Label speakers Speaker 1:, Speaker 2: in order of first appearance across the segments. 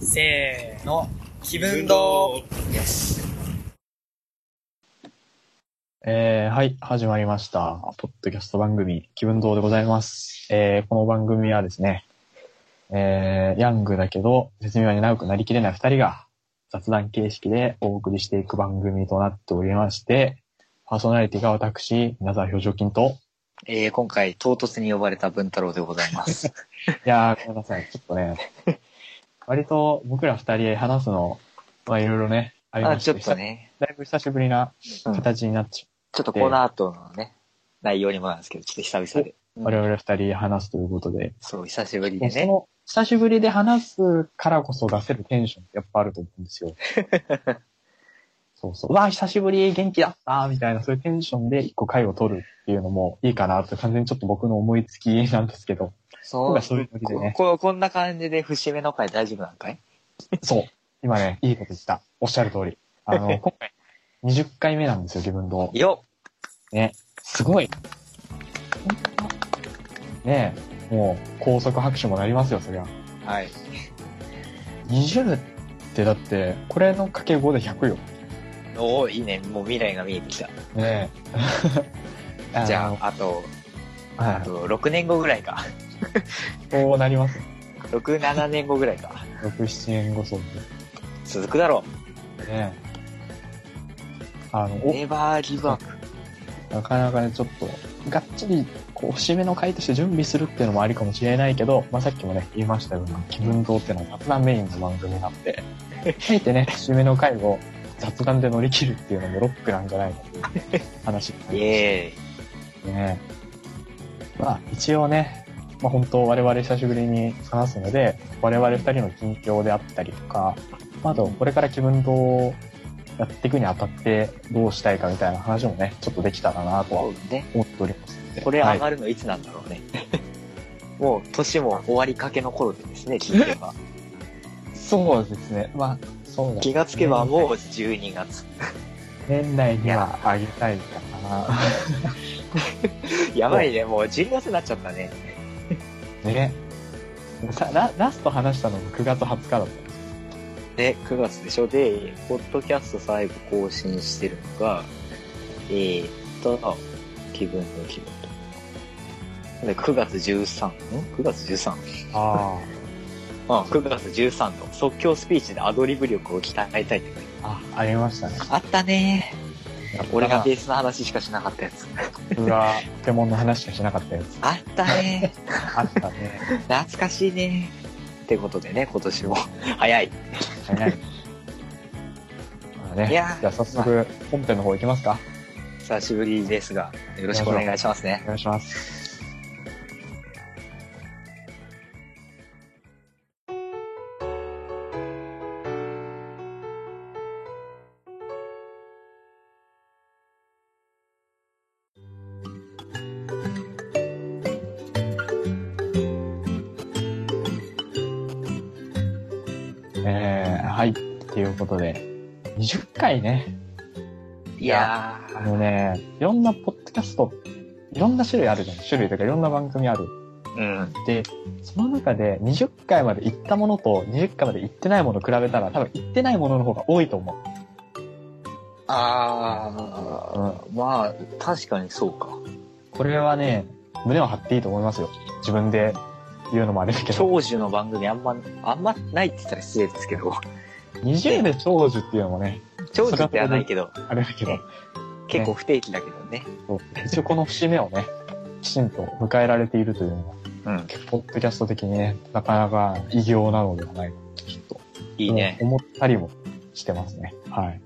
Speaker 1: せーの、気分堂よし。
Speaker 2: えーはい、始まりました。ポッドキャスト番組、気分堂でございます。えーこの番組はですね、えーヤングだけど、絶妙に長くなりきれない二人が、雑談形式でお送りしていく番組となっておりまして、パーソナリティが私、皆沢表情筋と、
Speaker 3: えー今回、唐突に呼ばれた文太郎でござい ます。
Speaker 2: いやー、ごめんなさい、ちょっとね、割と僕ら二人で話すの、まあいろいろね、あり
Speaker 3: あ
Speaker 2: まし
Speaker 3: ち
Speaker 2: て
Speaker 3: ょっとね、
Speaker 2: だいぶ久しぶり
Speaker 3: う
Speaker 2: な
Speaker 3: んちょっ
Speaker 2: 形になっちゃう
Speaker 3: とこの後のね、内容にもなんですけど、ちょっと久々で。うん
Speaker 2: 我々二人で話すということで、
Speaker 3: そう、久しぶりで
Speaker 2: ね、そ
Speaker 3: ね。
Speaker 2: の、久しぶりで話すからこそ出せるテンションってやっぱあると思うんです よ。そうそう。うわあ、久しぶり、元気だったみたいな、そういうテンションで一個回を取るっていうのもいいかなと、完全にちょっと僕の思いつきなんですけ ど、
Speaker 3: そ
Speaker 2: 今
Speaker 3: う
Speaker 2: 回、そういうノリで
Speaker 3: こ
Speaker 2: ね、
Speaker 3: ここんな感じで節目の回大丈夫なんかい
Speaker 2: そう。今ね、いいこと言った。おっしゃる通り。あ の、今回、20回目なんですよ、自分の。
Speaker 3: よ
Speaker 2: すごい。ねえ、もう、高速拍手もなりますよ、そりゃ。
Speaker 3: っはい。
Speaker 2: 20ってだって、これの掛け5で100よ。
Speaker 3: おおいいね。もう未来が見えてきた。
Speaker 2: ねえ。
Speaker 3: じゃあ、あと、
Speaker 2: あの、
Speaker 3: あ
Speaker 2: はい
Speaker 3: と6年後ぐらいか。
Speaker 2: こうなります。
Speaker 3: 6、7年後ぐらいか。
Speaker 2: 6、7年後そう
Speaker 3: 続くだろ
Speaker 2: ですね。あの、
Speaker 3: う。
Speaker 2: お、
Speaker 3: ネバーギブアップ。
Speaker 2: なかなかね、ちょっと、がっちり、こう、節目の回として準備するっていうのもありかもしれないけど、まあ、さっきもね、言いましたように、気分堂っていうのは雑談メインの番組なんで、あえてね、節目の回を雑談で乗り切るっていうのもロックなんじゃないかという話になりました
Speaker 3: イエ
Speaker 2: ね。まあ、一応ね、まあ本当我々久しぶりに話すので、我々二人の近況であったりとか、まああとこれから気分堂をやっていくにあたってどうしたいかみたいな話もね、ちょっとできたらなとは
Speaker 3: ーイ。ね。
Speaker 2: 思っておりますので。
Speaker 3: これ上
Speaker 2: はい、
Speaker 3: がるのいつなんだろうね。 もう年も終わりかけの頃でですね、 聞いてば。
Speaker 2: そうですね。まあ、そうだ
Speaker 3: 気がつけばもう12月。
Speaker 2: 年内にはあげたいかな。
Speaker 3: やばいね、もう12月になっちゃったね。
Speaker 2: ね。さララスト話したのが9月20日だった。
Speaker 3: で、9月でしょ。で、ポッドキャスト最後更新してるのが、えー、っと、気分の気分と。で、9月13、ん ?9 月 13?
Speaker 2: あ
Speaker 3: あ、9月13の即興スピーチでアドリブ力を鍛えたいって書いて
Speaker 2: あ。あ、ありましたね。
Speaker 3: あったね俺がベースの話しかしなかったやつ。
Speaker 2: 僕がポケモンの話しかしなかったやつ。
Speaker 3: あったね
Speaker 2: あったね。
Speaker 3: 懐かしいね。ってことでね、今年も。 早い。
Speaker 2: 早い。まあね、
Speaker 3: い
Speaker 2: じゃ
Speaker 3: や
Speaker 2: あ早速本編の方行きますか。
Speaker 3: 久しぶりですが、よろしくお願いしますね
Speaker 2: お。願いします。えー、はい。ということで、20回ね。
Speaker 3: いや
Speaker 2: あのね、いろんなポッドキャスト、いろんな種類あるじゃん。種類とかいろんな番組ある。
Speaker 3: ー、うん。
Speaker 2: で、その中で20回まで行ったものと20回まで行ってないものを比べたら多分行ってないものの方が多いと思う。
Speaker 3: ああ、まあ、確かにそうか。
Speaker 2: これはね、胸を張っていいと思いますよ。自分で言うのもあれだけど。
Speaker 3: 長寿の番組あんま、あんまないって言ったら失礼ですけど、
Speaker 2: 20で長寿っていうのもね、
Speaker 3: 長寿ってはないけど、
Speaker 2: あれだけど
Speaker 3: ね、結構不定期だけどね。
Speaker 2: そう一応この節目をね、きちんと迎えられているというのは、
Speaker 3: うん。
Speaker 2: ポッドキャスト的にね、なかなか異業なのではないかと、ちょっと
Speaker 3: いいね。
Speaker 2: 思ったりもしてますね。はい。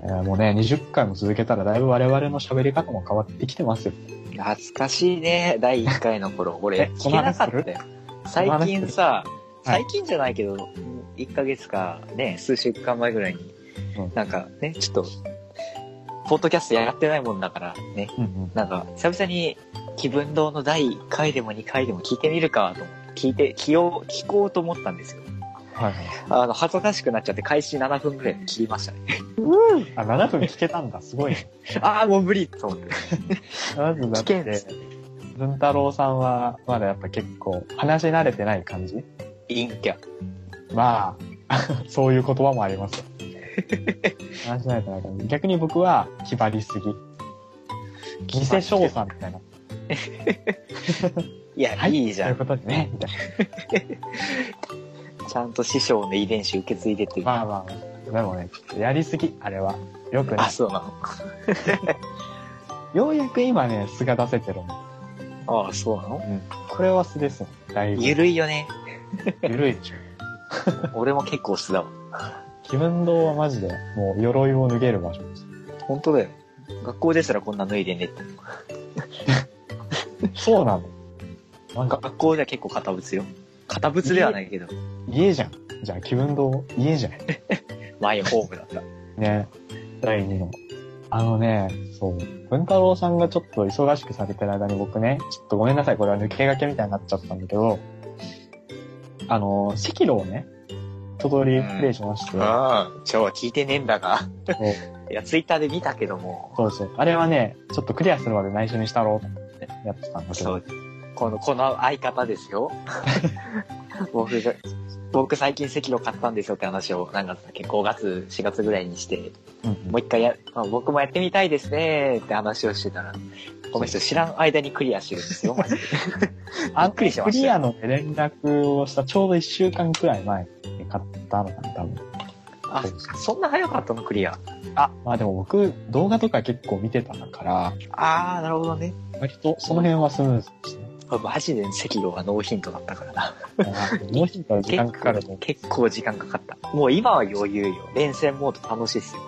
Speaker 2: えーもうね、20回も続けたらだいぶ我々の喋り方も変わってきてますよ。
Speaker 3: 懐かしいね。第1回の頃、俺
Speaker 2: え、
Speaker 3: 聞けなかったよ。最近さ、
Speaker 2: するはい
Speaker 3: 最近じゃないけど、1ヶ月か、ね、数週間前ぐらいに、
Speaker 2: うん
Speaker 3: なんかね、ちょっと、ポッドキャストやってないもんだから、ね、
Speaker 2: うんうん。
Speaker 3: なんか、久々に気分堂の第1回でも2回でも聞いてみるかと思って、聞いて、聞よう、聞こうと思ったんですよ。
Speaker 2: はいはい。
Speaker 3: あの、恥ずかしくなっちゃって、開始7分ぐらいで切りましたね。
Speaker 2: あ、7分聞けたんだ。すごいね。
Speaker 3: ああ、もう無理と思って。
Speaker 2: まずだっ
Speaker 3: 聞けん
Speaker 2: て、文太郎さんはまだやっぱ結構話し慣れてない感じ
Speaker 3: 陰キャ。
Speaker 2: まあ、 そういう言葉もあります。話しないとなんか逆に僕は気張りすぎ。偽賞賛みたいな。
Speaker 3: いや、、
Speaker 2: はい
Speaker 3: いじ
Speaker 2: そう
Speaker 3: ゃ
Speaker 2: いうこ
Speaker 3: ん。
Speaker 2: とでね、みたいな。
Speaker 3: ちゃんと師匠の遺伝子受け継いでってる。
Speaker 2: まあまあ、でもね、ちょっとやりすぎ、あれは。よくね
Speaker 3: あ、、そうなの。
Speaker 2: ようやく今ね、素が出せてるも
Speaker 3: ああ、そうなの
Speaker 2: ん。うん。これは素ですね。だいぶ。
Speaker 3: ゆるいよね。
Speaker 2: ゆるいでしょ。
Speaker 3: 俺も結構素だわ。
Speaker 2: 気分堂はマジで、もう鎧を脱げる場所です。
Speaker 3: 本当だよ。学校ですらこんな脱いでねって。
Speaker 2: そうなの。なんか、
Speaker 3: 学校では結構堅物よ。堅物ではないけど、
Speaker 2: 家じゃん。じゃあ気分堂、家じゃん。
Speaker 3: マイホームだった。
Speaker 2: ね、第2の。あのね、そう、文太郎さんがちょっと忙しくされてる間に僕ね、ちょっとごめんなさい、これは抜け駆けみたいになっちゃったんだけど、あの、赤炉をね、一通りプレイしまして、
Speaker 3: ああ、今日は聞いてねえんだが。いや、ツイッターで見たけども、
Speaker 2: そうそう。あれはね、ちょっとクリアするまで内緒にしたろうと思ってやってたんだけ
Speaker 3: そ
Speaker 2: ど、
Speaker 3: う、この、この相方ですよ。僕が、僕最近赤炉買ったんですよって話を何月だっけ ?5 月、4月ぐらいにして、
Speaker 2: うん
Speaker 3: もう一回や、まあ僕もやってみたいですねーって話をしてたら、この人知らん間にクリアしてるんですよ、マジで。びっくりしま
Speaker 2: ク
Speaker 3: した
Speaker 2: リ
Speaker 3: よ
Speaker 2: アの連絡をしたちょうど1週間くらい前に買ったのかな、多分。
Speaker 3: あ、そんな早かったのクリア。
Speaker 2: あ、まあでも僕、動画とか結構見てたから、
Speaker 3: あー、なるほどね。
Speaker 2: 割とその辺はスムーズでしたね。
Speaker 3: マジで赤炉はノーヒントだったからな。
Speaker 2: もう一回時間かかると思う。
Speaker 3: 結構時間かかった。もう今は余裕よ。連戦モード楽しいっすよ。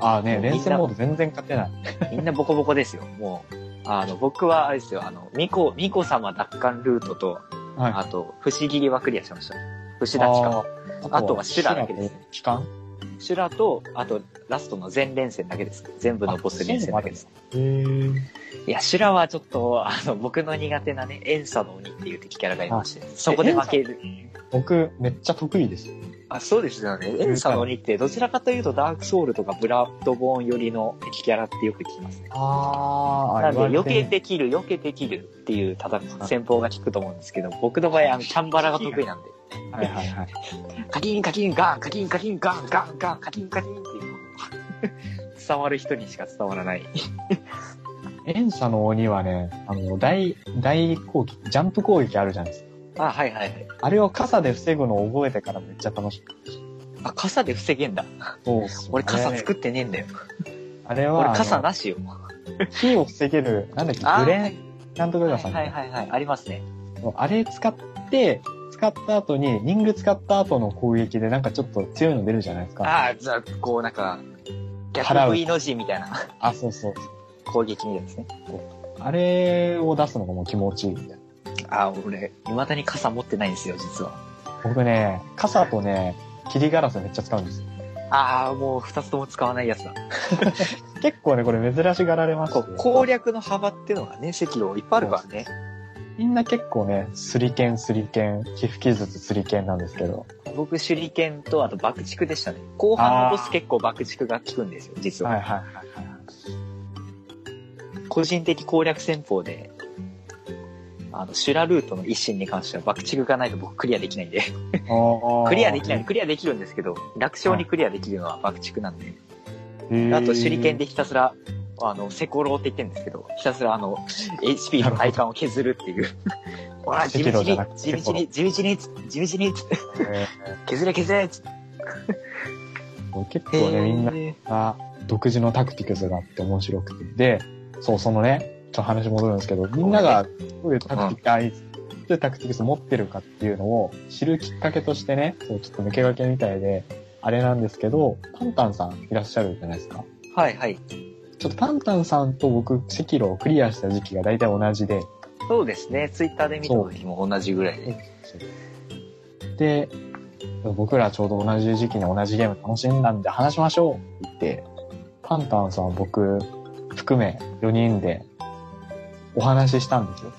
Speaker 2: ああ
Speaker 3: み
Speaker 2: ね、
Speaker 3: んな
Speaker 2: 連戦モード全然勝てない。
Speaker 3: みんなボコボコですよ。 もう、あの、僕はあれですよ、あの、ミコ、ミコ様奪還ルートと、
Speaker 2: はい。
Speaker 3: あと、不思議はクリアしました。不死立ちか。
Speaker 2: ー
Speaker 3: あとはシュラだけですね。
Speaker 2: 期間
Speaker 3: 修羅と、あと、ラストの全連戦だけです。全部のボス連戦だけです。
Speaker 2: へえ。
Speaker 3: いや、修羅はちょっと、あの、僕の苦手なね、エンサの鬼っていう敵キャラがいまして、そこで負ける。
Speaker 2: 僕、めっちゃ得意です。
Speaker 3: あ、そうですよね。エンサの鬼って、どちらかというと、ダークソウルとかブラッドボーン寄りの敵キャラってよく聞きますね。
Speaker 2: ああ、
Speaker 3: な
Speaker 2: 言わ
Speaker 3: の
Speaker 2: れ
Speaker 3: で、
Speaker 2: み
Speaker 3: 避けて切る、避けて切るっていう戦い、戦法が効くと思うんですけど、僕の場合、あの、チャンバラが得意なんで、
Speaker 2: はいはいはい。
Speaker 3: カキンカキンガン、カキンカキンガン、ガンガン、カキンカキンっていう、伝わる人にしか伝わらない。
Speaker 2: エンサの鬼はね、あの、大、大攻撃、ジャンプ攻撃あるじゃないですか。
Speaker 3: あ、はいはいはい。
Speaker 2: あれを傘で防ぐのを覚えてからめっちゃ楽しく
Speaker 3: あ、傘で防げんだ。
Speaker 2: そう
Speaker 3: 俺傘作
Speaker 2: っ
Speaker 3: ってねえんだよ。
Speaker 2: あれは、
Speaker 3: 俺
Speaker 2: あ
Speaker 3: 傘
Speaker 2: の
Speaker 3: なしよ。
Speaker 2: 火を防げる、なんだっけ、
Speaker 3: あー
Speaker 2: グレン、なんとか
Speaker 3: は
Speaker 2: が
Speaker 3: い
Speaker 2: さん
Speaker 3: はいはいはい。ありますね。
Speaker 2: あれ使って、使った後に、リング使った後の攻撃でなんかちょっと強いの出るじゃないですか。
Speaker 3: ああ、じゃあ、こうなんか、
Speaker 2: 払う
Speaker 3: 逆 V の字みたいな
Speaker 2: あ、そうそう。
Speaker 3: 攻撃みたいですね。
Speaker 2: あれを出すのがもう気持ちいいみたいな。
Speaker 3: あー、俺、未だに傘持ってないんですよ、実は。
Speaker 2: 僕ね、傘とね、切りガラスめっちゃ使うんですよ。
Speaker 3: ああ、もう二つとも使わないやつだ。
Speaker 2: 結構ね、これ珍しがられまし
Speaker 3: こ
Speaker 2: て
Speaker 3: う、攻略の幅っていうのがね、赤炉いっぱいあるからね。
Speaker 2: みんな結構ね、すり剣すり剣、皮膚傷つすり剣なんですけど。
Speaker 3: 僕、手裏剣と、あと爆竹でしたね。後半のボス結構爆竹が効くんですよ、実は。
Speaker 2: はいはいはいはい。
Speaker 3: 個人的攻略戦法で、あの、修羅ルートの一心に関しては爆竹がないと僕クリアできないんで。クリアできない、クリアできるんですけど、楽勝にクリアできるのは爆竹なんで。
Speaker 2: い
Speaker 3: あと、手裏剣で。ひたすら、あの、セコローって言ってるんですけど、ひたすらあの、HP の体幹を削るって いう。ほら、地道
Speaker 2: セキロ
Speaker 3: に
Speaker 2: じゃなく、て
Speaker 3: 地道に、地道に、地道に、
Speaker 2: へーへ
Speaker 3: 削れ削れつって
Speaker 2: ー結構ね、みんなが独自のタクティクスがあって面白くて。で、そう、そのね、ちょっと話戻るんですけど、みんながどういうタクティクス、あいつどういうタクティクス持ってるかっていうのを知るきっかけとしてね、そうちょっと抜け駆けみたいで、あれなんですけど、パンタンさんいらっしゃるじゃないですか。
Speaker 3: はいはい。
Speaker 2: ちょっとパンタンさんと僕、赤炉をクリアした時期が大体同じで、
Speaker 3: そうですね。ツイッターで見た時も同じぐらいで。
Speaker 2: で、僕らちょうど同じ時期に同じゲーム楽しんだんで話しましょうって言って、パンタンさん僕含め4人でお話ししたんですよ。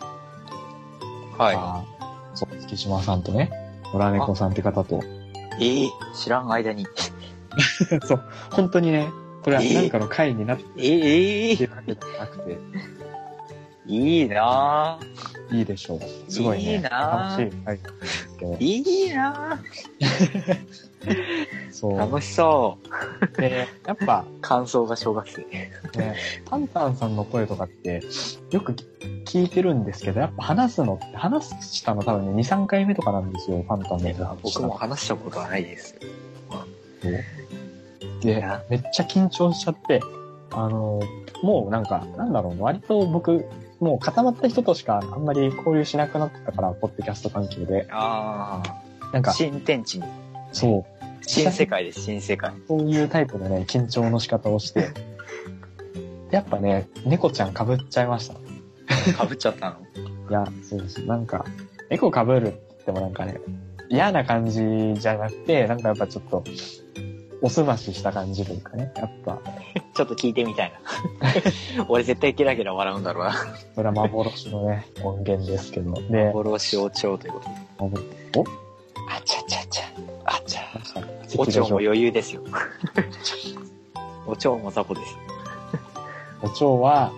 Speaker 3: は
Speaker 2: あーそう、月島さんとね、野良猫さんって方と。
Speaker 3: い。ええ知らん間に。
Speaker 2: そう、本当にね、これは何かの回になって
Speaker 3: ええ
Speaker 2: るわけじゃなくて、
Speaker 3: いいなぁ。
Speaker 2: いいでしょう。すごいね。
Speaker 3: いいなぁ
Speaker 2: 楽しい。はい。ですけど
Speaker 3: いいな
Speaker 2: そ
Speaker 3: ぁ
Speaker 2: う。
Speaker 3: 楽しそう。
Speaker 2: で、やっぱ、
Speaker 3: 感想が小学生。
Speaker 2: ね、タンタンさんの声とかって、よく聞いてるんですけど、やっぱ話すのって、話したの多分ね、2、3回目とかなんですよ、タンタンの声話した
Speaker 3: 僕も
Speaker 2: の。
Speaker 3: 話したことはないですよ。
Speaker 2: で、めっちゃ緊張しちゃって、あの、もうなんか、なんだろう、割と僕、もう固まった人としかあんまり交流しなくなったから、ポッドキャスト関係で。
Speaker 3: ああ。
Speaker 2: なんか、
Speaker 3: 新天地に。
Speaker 2: そう、
Speaker 3: 新世界です、新世界。
Speaker 2: そういうタイプのね、緊張の仕方をして。やっぱね、猫ちゃん被っちゃいました。い
Speaker 3: かぶっちゃったの
Speaker 2: や、そうです。なんか、猫被るって言ってもなんかね、嫌な感じじゃなくて、なんかやっぱちょっと、おすましした感じというかね、やっぱ、
Speaker 3: ちょっと聞いてみたい な。俺絶対ゲラゲラ笑うんだろうな。
Speaker 2: それは幻のね、音源ですけど。で、
Speaker 3: 幻お蝶ということで。
Speaker 2: お
Speaker 3: あちゃちゃちゃ。あちゃ。 お
Speaker 2: お
Speaker 3: 蝶も
Speaker 2: 蝶
Speaker 3: 余裕ですよ。お蝶もザコです。
Speaker 2: お蝶は、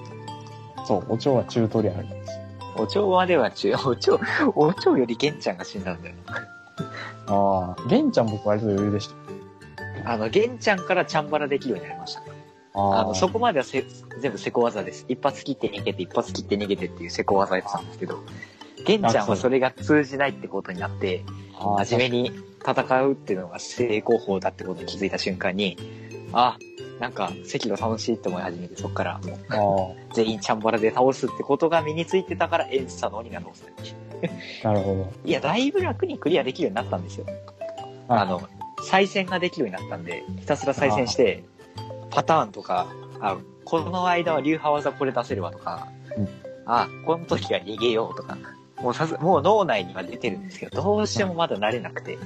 Speaker 2: そう、お蝶はチュートリアルなんですよ。
Speaker 3: お蝶までは違う。お蝶、お蝶より玄ちゃんが死んだんだよ。
Speaker 2: ああ、玄ちゃん僕割と余裕でした。
Speaker 3: あの、玄ちゃんからチャンバラできるようになりました。あの、そこまではせ全部セコ技です。一発切って逃げて、一発切って逃げてっていうセコ技やってたんですけど、玄ちゃんはそれが通じないってことになって、
Speaker 2: あー
Speaker 3: 真面目に戦うっていうのが成功法だってことに気づいた瞬間に、あ、なんか、赤道楽しいって思い始めて、そっから、もう
Speaker 2: あー
Speaker 3: 全員チャンバラで倒すってことが身についてたから、演じたのになるんですね。
Speaker 2: なるほど。
Speaker 3: いや、だいぶ楽にクリアできるようになったんですよ。あの、再選ができるようになったんで、ひたすら再選して、パターンとか、あ、この間は流派技これ出せるわとか、
Speaker 2: うん
Speaker 3: あ、この時は逃げようとか、もうさす、もう脳内には出てるんですけど、どうしてもまだ慣れなくて。ど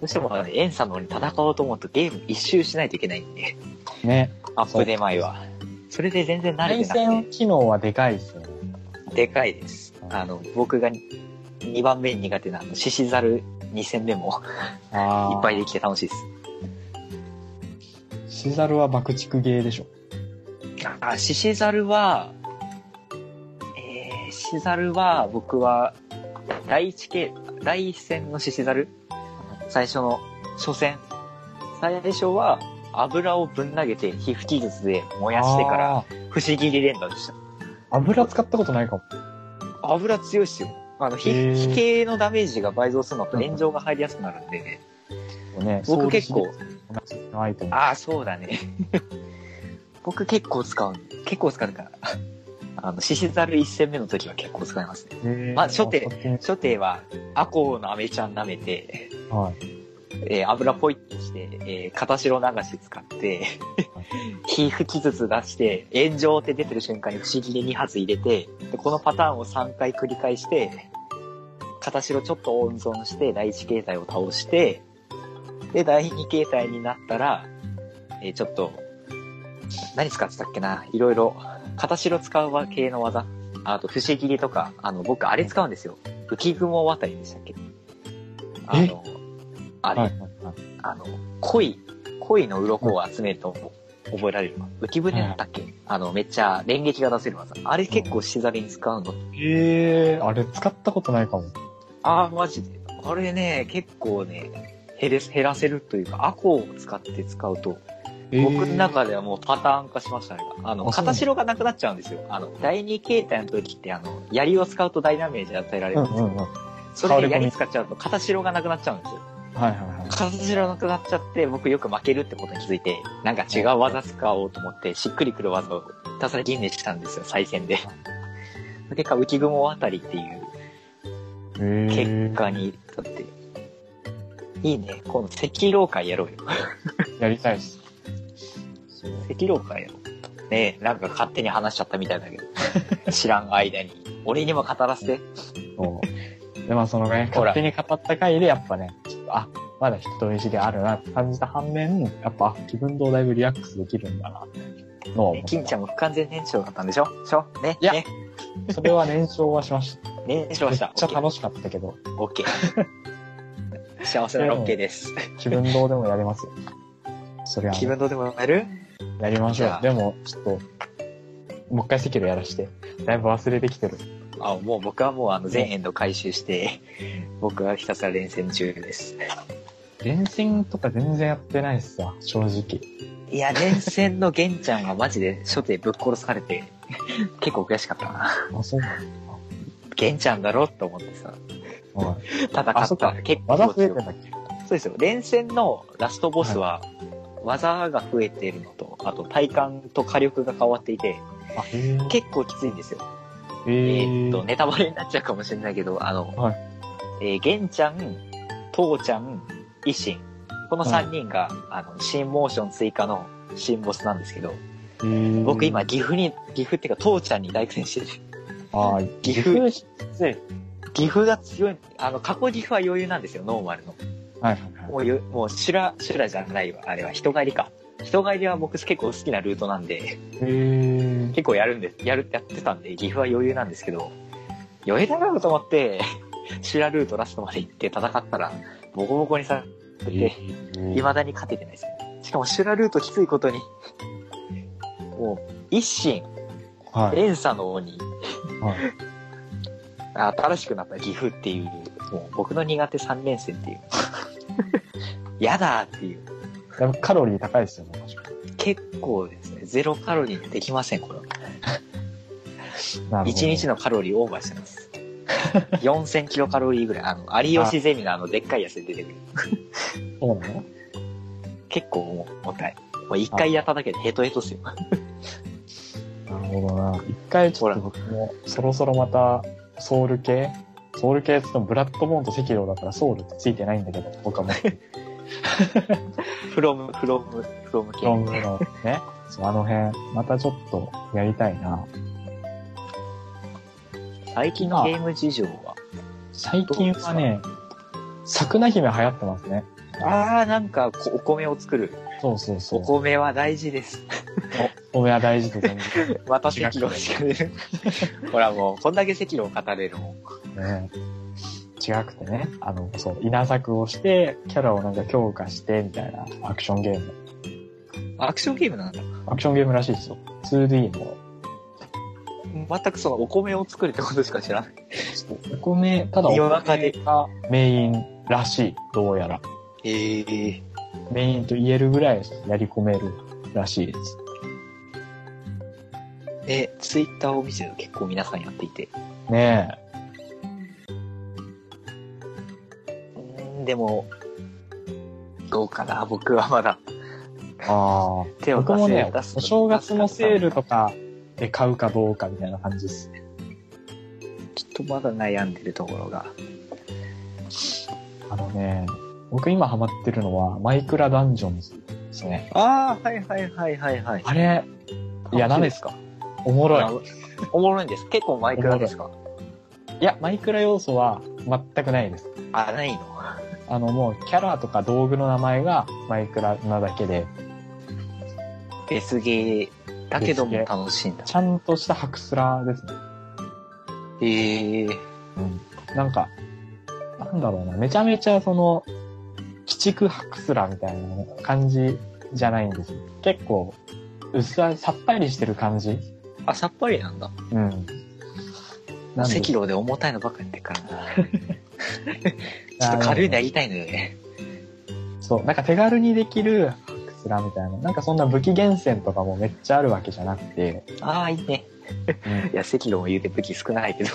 Speaker 3: うしても、ね、エンサの方に戦おうと思うとゲーム一周しないといけないんで、
Speaker 2: ね。
Speaker 3: アップデ前は。それで全然慣れ
Speaker 2: 対
Speaker 3: てな
Speaker 2: 戦
Speaker 3: く
Speaker 2: 機能はでかいですよね。
Speaker 3: て、でかいです。あの、僕が2番目に苦手なあの、獅子猿2戦目も
Speaker 2: あ
Speaker 3: いっぱい
Speaker 2: で。
Speaker 3: できて楽しいです。
Speaker 2: シザルは爆竹芸でしょ。
Speaker 3: あ、シシザルは、えー、シシザルは、僕は、第一系、第一戦のシシザル最初の、初戦。最初は、油をぶん投げて、皮膚技術で燃やしてから、
Speaker 2: あー。
Speaker 3: 不思議リ連打でした。
Speaker 2: 油使ったことないかも。
Speaker 3: 油強いっすよ。あの、
Speaker 2: へ
Speaker 3: 火、
Speaker 2: ー
Speaker 3: 火系のダメージが倍増するのと炎上が入りやすくなるんで、
Speaker 2: ね、
Speaker 3: 僕結構、
Speaker 2: 同じのアイテム。
Speaker 3: ああ、そうだね。僕結構使うんで、結構使うから。あの、獅子猿1戦目の時は結構使いますね。
Speaker 2: へー
Speaker 3: まあ初手。
Speaker 2: 勝
Speaker 3: 初手は、アコウのアメちゃん舐めて、
Speaker 2: 手にはい。
Speaker 3: えー油ポイってして、えー片白流し使って、皮膚傷つ出して、炎上って出てる瞬間に不思議で2発入れて、でこのパターンを3回繰り返して、片白ちょっと温存して、第1形態を倒して、で、第2形態になったら、えーちょっと、何使ってたっけないろいろ、片白使う系の技。あと、不思議とか、あの、僕、あれ使うんですよ。浮雲渡りでしたっけあの、あれ、
Speaker 2: はいはいはい。
Speaker 3: あの、恋、恋の鱗を集めると覚えられるわ。浮舟だったっけ、あの、めっちゃ、連撃が出せる技。あれ結構しざりに使うの。
Speaker 2: えー、あれ使ったことないかも。
Speaker 3: ああ、マジで。あれね、結構ね、減れ減らせるというか、アコウを使って使うと、僕の中ではもうパターン化しましたね。あの、
Speaker 2: あそう
Speaker 3: 片白がなくなっちゃうんですよ。あの、第二形態の時って、あの、槍を使うと大ダメージ与えられ
Speaker 2: え
Speaker 3: る
Speaker 2: ー。
Speaker 3: ん
Speaker 2: う
Speaker 3: です
Speaker 2: ん
Speaker 3: よ。
Speaker 2: うんうん。はい
Speaker 3: それで槍使っちゃうと、片白がなくなっちゃうんですよ。
Speaker 2: はいはい。
Speaker 3: 形白なくなっちゃって、僕よく負けるってことに気づいて、なんか違う技使おうと思って、しっくりくる技をひたすら吟味したんですよ、再戦で。結果、浮雲あたりっていう
Speaker 2: えー
Speaker 3: 結果に至って。いいね。今度、赤老会やろうよ。
Speaker 2: やりたいです。
Speaker 3: 赤老会やろう。ねえ、なんか勝手に話しちゃったみたいだけ ど。知らん間に。俺にも語らせて。
Speaker 2: そう。で、まあそのね、
Speaker 3: ほら
Speaker 2: 勝手に語った回で、やっぱね、ちょっと、あ、まだ人見知りあるなって感じた反面、やっぱ、気分どうだいぶリラックスできるんだな、っていうのは思
Speaker 3: ね
Speaker 2: っ、た
Speaker 3: 金ちゃんも不完全燃焼だったんでしょしょね
Speaker 2: いや
Speaker 3: ね
Speaker 2: それは燃焼はしました。
Speaker 3: 燃焼した
Speaker 2: めっ。ちゃ
Speaker 3: オッケー
Speaker 2: 楽しかったけど、
Speaker 3: オッケー。 幸せなロッケーです。
Speaker 2: 気分どうでもやれ ますよ。そりゃ、
Speaker 3: 気分どうでもやる
Speaker 2: やりまし
Speaker 3: じ
Speaker 2: ょ
Speaker 3: ゃ
Speaker 2: う
Speaker 3: あ。
Speaker 2: でも、ちょっと、もう一回席でやらして。だいぶ忘れてきてる。
Speaker 3: あ、もう僕はもうあの全エンド回収して、僕はひたすら連戦中です。
Speaker 2: 連戦とか全然やってないっすわ、正直。
Speaker 3: い や、連戦の玄ちゃんはマジで初手ぶっ殺されて、結構悔しかったな。
Speaker 2: あ、そうな
Speaker 3: 玄ちゃんだろと思ってさ、
Speaker 2: のはい。
Speaker 3: 戦った。
Speaker 2: あ、そっか。
Speaker 3: 結構
Speaker 2: 技
Speaker 3: 強
Speaker 2: 増え
Speaker 3: く
Speaker 2: てんだっけ
Speaker 3: そうですよ。連戦のラストボスは、技が増えているのと、あと体幹と火力が変わっていて、
Speaker 2: あ、えー、
Speaker 3: 結構きついんですよ。
Speaker 2: え
Speaker 3: え
Speaker 2: ー
Speaker 3: ーっと、ネタバレになっちゃうかもしれないけど、あの、
Speaker 2: はい
Speaker 3: えー、玄ちゃん、父ちゃん、維新。この3人が、あの、新モーション追加の新ボスなんですけど、
Speaker 2: えー
Speaker 3: 僕今、、岐阜に、岐阜っていうか、父ちゃんに大苦戦してる。
Speaker 2: あ
Speaker 3: 岐
Speaker 2: 岐
Speaker 3: 阜
Speaker 2: 阜きつい。はい
Speaker 3: 岐阜が強い、あの、過去岐阜は余裕なんですよ、ノーマルの。
Speaker 2: はいはい。
Speaker 3: もうよ、もう、修羅、修羅じゃないわ。あれは人狩りか。人狩りは僕結構好きなルートなんで、
Speaker 2: えー、
Speaker 3: 結構やるんです、やるってやってたんで、岐阜は余裕なんですけど、余裕だろうと思って、 修羅ルートラストまで行って戦ったら、ボコボコにされて、未だに勝ててないです。しかも修羅ルートきついことに、もう、一心、
Speaker 2: はい。
Speaker 3: 連鎖の鬼、
Speaker 2: はい
Speaker 3: 新しくなった岐阜っていう、もう僕の苦手3連戦って いう。やだーっていう。
Speaker 2: やっぱカロリー高いですよね、確か
Speaker 3: 結構ですね、ゼロカロリーできません、これは。
Speaker 2: に。なるほど
Speaker 3: 1日のカロリーオーバーして ます。4000キロカロリーぐらい。あの、有吉ゼミのあの、でっかいやつで出てくる。
Speaker 2: そうなの
Speaker 3: 結構もう、重たい。もう一回やっただけでヘトヘトっすよ。
Speaker 2: なるほどな。一回ちょっと僕も、そろそろまた、ソウル系ソウル系って言っても、ブラッドボーンと赤道だからソウルってついてないんだけど、僕はもう、
Speaker 3: フロム、フロム、フロム系。
Speaker 2: ロングの ね、そうあの辺、またちょっとやりたいな。
Speaker 3: 最近のゲーム事情は。
Speaker 2: 最近はね、桜姫流行ってますね。
Speaker 3: あー、なんかこ、お米を作る。
Speaker 2: そうそうそう。
Speaker 3: お米は大事 です。
Speaker 2: お米は大事と感じて、
Speaker 3: また赤狼しか出る。ほらもう、こんだけ赤狼を語れるもん。
Speaker 2: ね。違くてね、あの、そう、稲作をして、キャラをなんか強化して、みたいなアクションゲーム。
Speaker 3: アクションゲームなんだ。
Speaker 2: アクションゲームらしいですよ。2D の
Speaker 3: 全くそのお米を作るってことしか知らない。
Speaker 2: お米、ただお
Speaker 3: 夜中
Speaker 2: 米
Speaker 3: で
Speaker 2: がメインらしい、どうやら。
Speaker 3: ええー。
Speaker 2: メインと言えるぐらいやり込めるらしいです。
Speaker 3: え、ツイッターを見てると結構皆さんやっていて。
Speaker 2: ね
Speaker 3: うーん、でも、どうかな、僕はまだ
Speaker 2: え。ああ。
Speaker 3: 手を出
Speaker 2: 僕
Speaker 3: せ
Speaker 2: もね
Speaker 3: 出す、
Speaker 2: お正月のセールとかで買うかどうかみたいな感じです。
Speaker 3: ちょっとまだ悩んでるところが。
Speaker 2: あのね、僕今ハマってるのはマイクラダンジョンズですね。
Speaker 3: ああ、はいはいはいはいはい。
Speaker 2: あれ、いやダメ
Speaker 3: ですか
Speaker 2: おもろい。
Speaker 3: おもろいんです。結構マイクラですか
Speaker 2: いや、マイクラ要素は全くないです。
Speaker 3: あ、ないの
Speaker 2: あのもうキャラとか道具の名前がマイクラなだけで、
Speaker 3: ベスゲーだけども
Speaker 2: ベスゲ
Speaker 3: 楽しいんだ。
Speaker 2: ちゃんとしたハクスラーですね。
Speaker 3: ええ
Speaker 2: なんか、なんだろうな、めちゃめちゃその、鬼畜白すらみたいな感じじゃないんですよ。結構、薄い、さっぱりしてる感じ
Speaker 3: あ、さっぱりなんだ。
Speaker 2: うん。
Speaker 3: 赤
Speaker 2: で
Speaker 3: 道で重たいのばっかやってるからな。ちょっと軽いのやりたいのよね。
Speaker 2: そう、なんか手軽にできる白すらみたいな。なんかそんな武器厳選とかもめっちゃあるわけじゃなくて、
Speaker 3: ああ、いいね。いや、赤道も言うて武器少ないけど。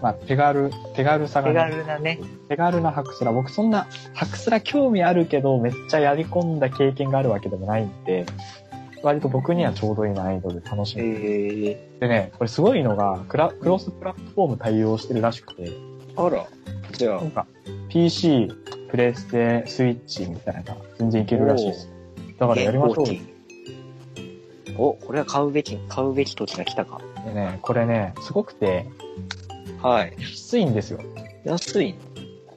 Speaker 2: まあ手軽、手軽さが
Speaker 3: 手
Speaker 2: ね、
Speaker 3: 軽なね。
Speaker 2: 手軽な白すら。僕そんな白すら興味あるけど、めっちゃやり込んだ経験があるわけでもないんで、割と僕にはちょうどいい難易度で楽しめる
Speaker 3: え
Speaker 2: でね、これすごいのがクラ、クロスプラットフォーム対応してるらしくて、
Speaker 3: あら。じゃ
Speaker 2: なんか、PC、プレステ、スイッチみたいな、全然いけるらしいです。だからやりましょうよ。
Speaker 3: お、これは買うべき、買うべき時が来たか。
Speaker 2: でね、これね、すごくて、
Speaker 3: はい。
Speaker 2: 安いんですよ。
Speaker 3: 安い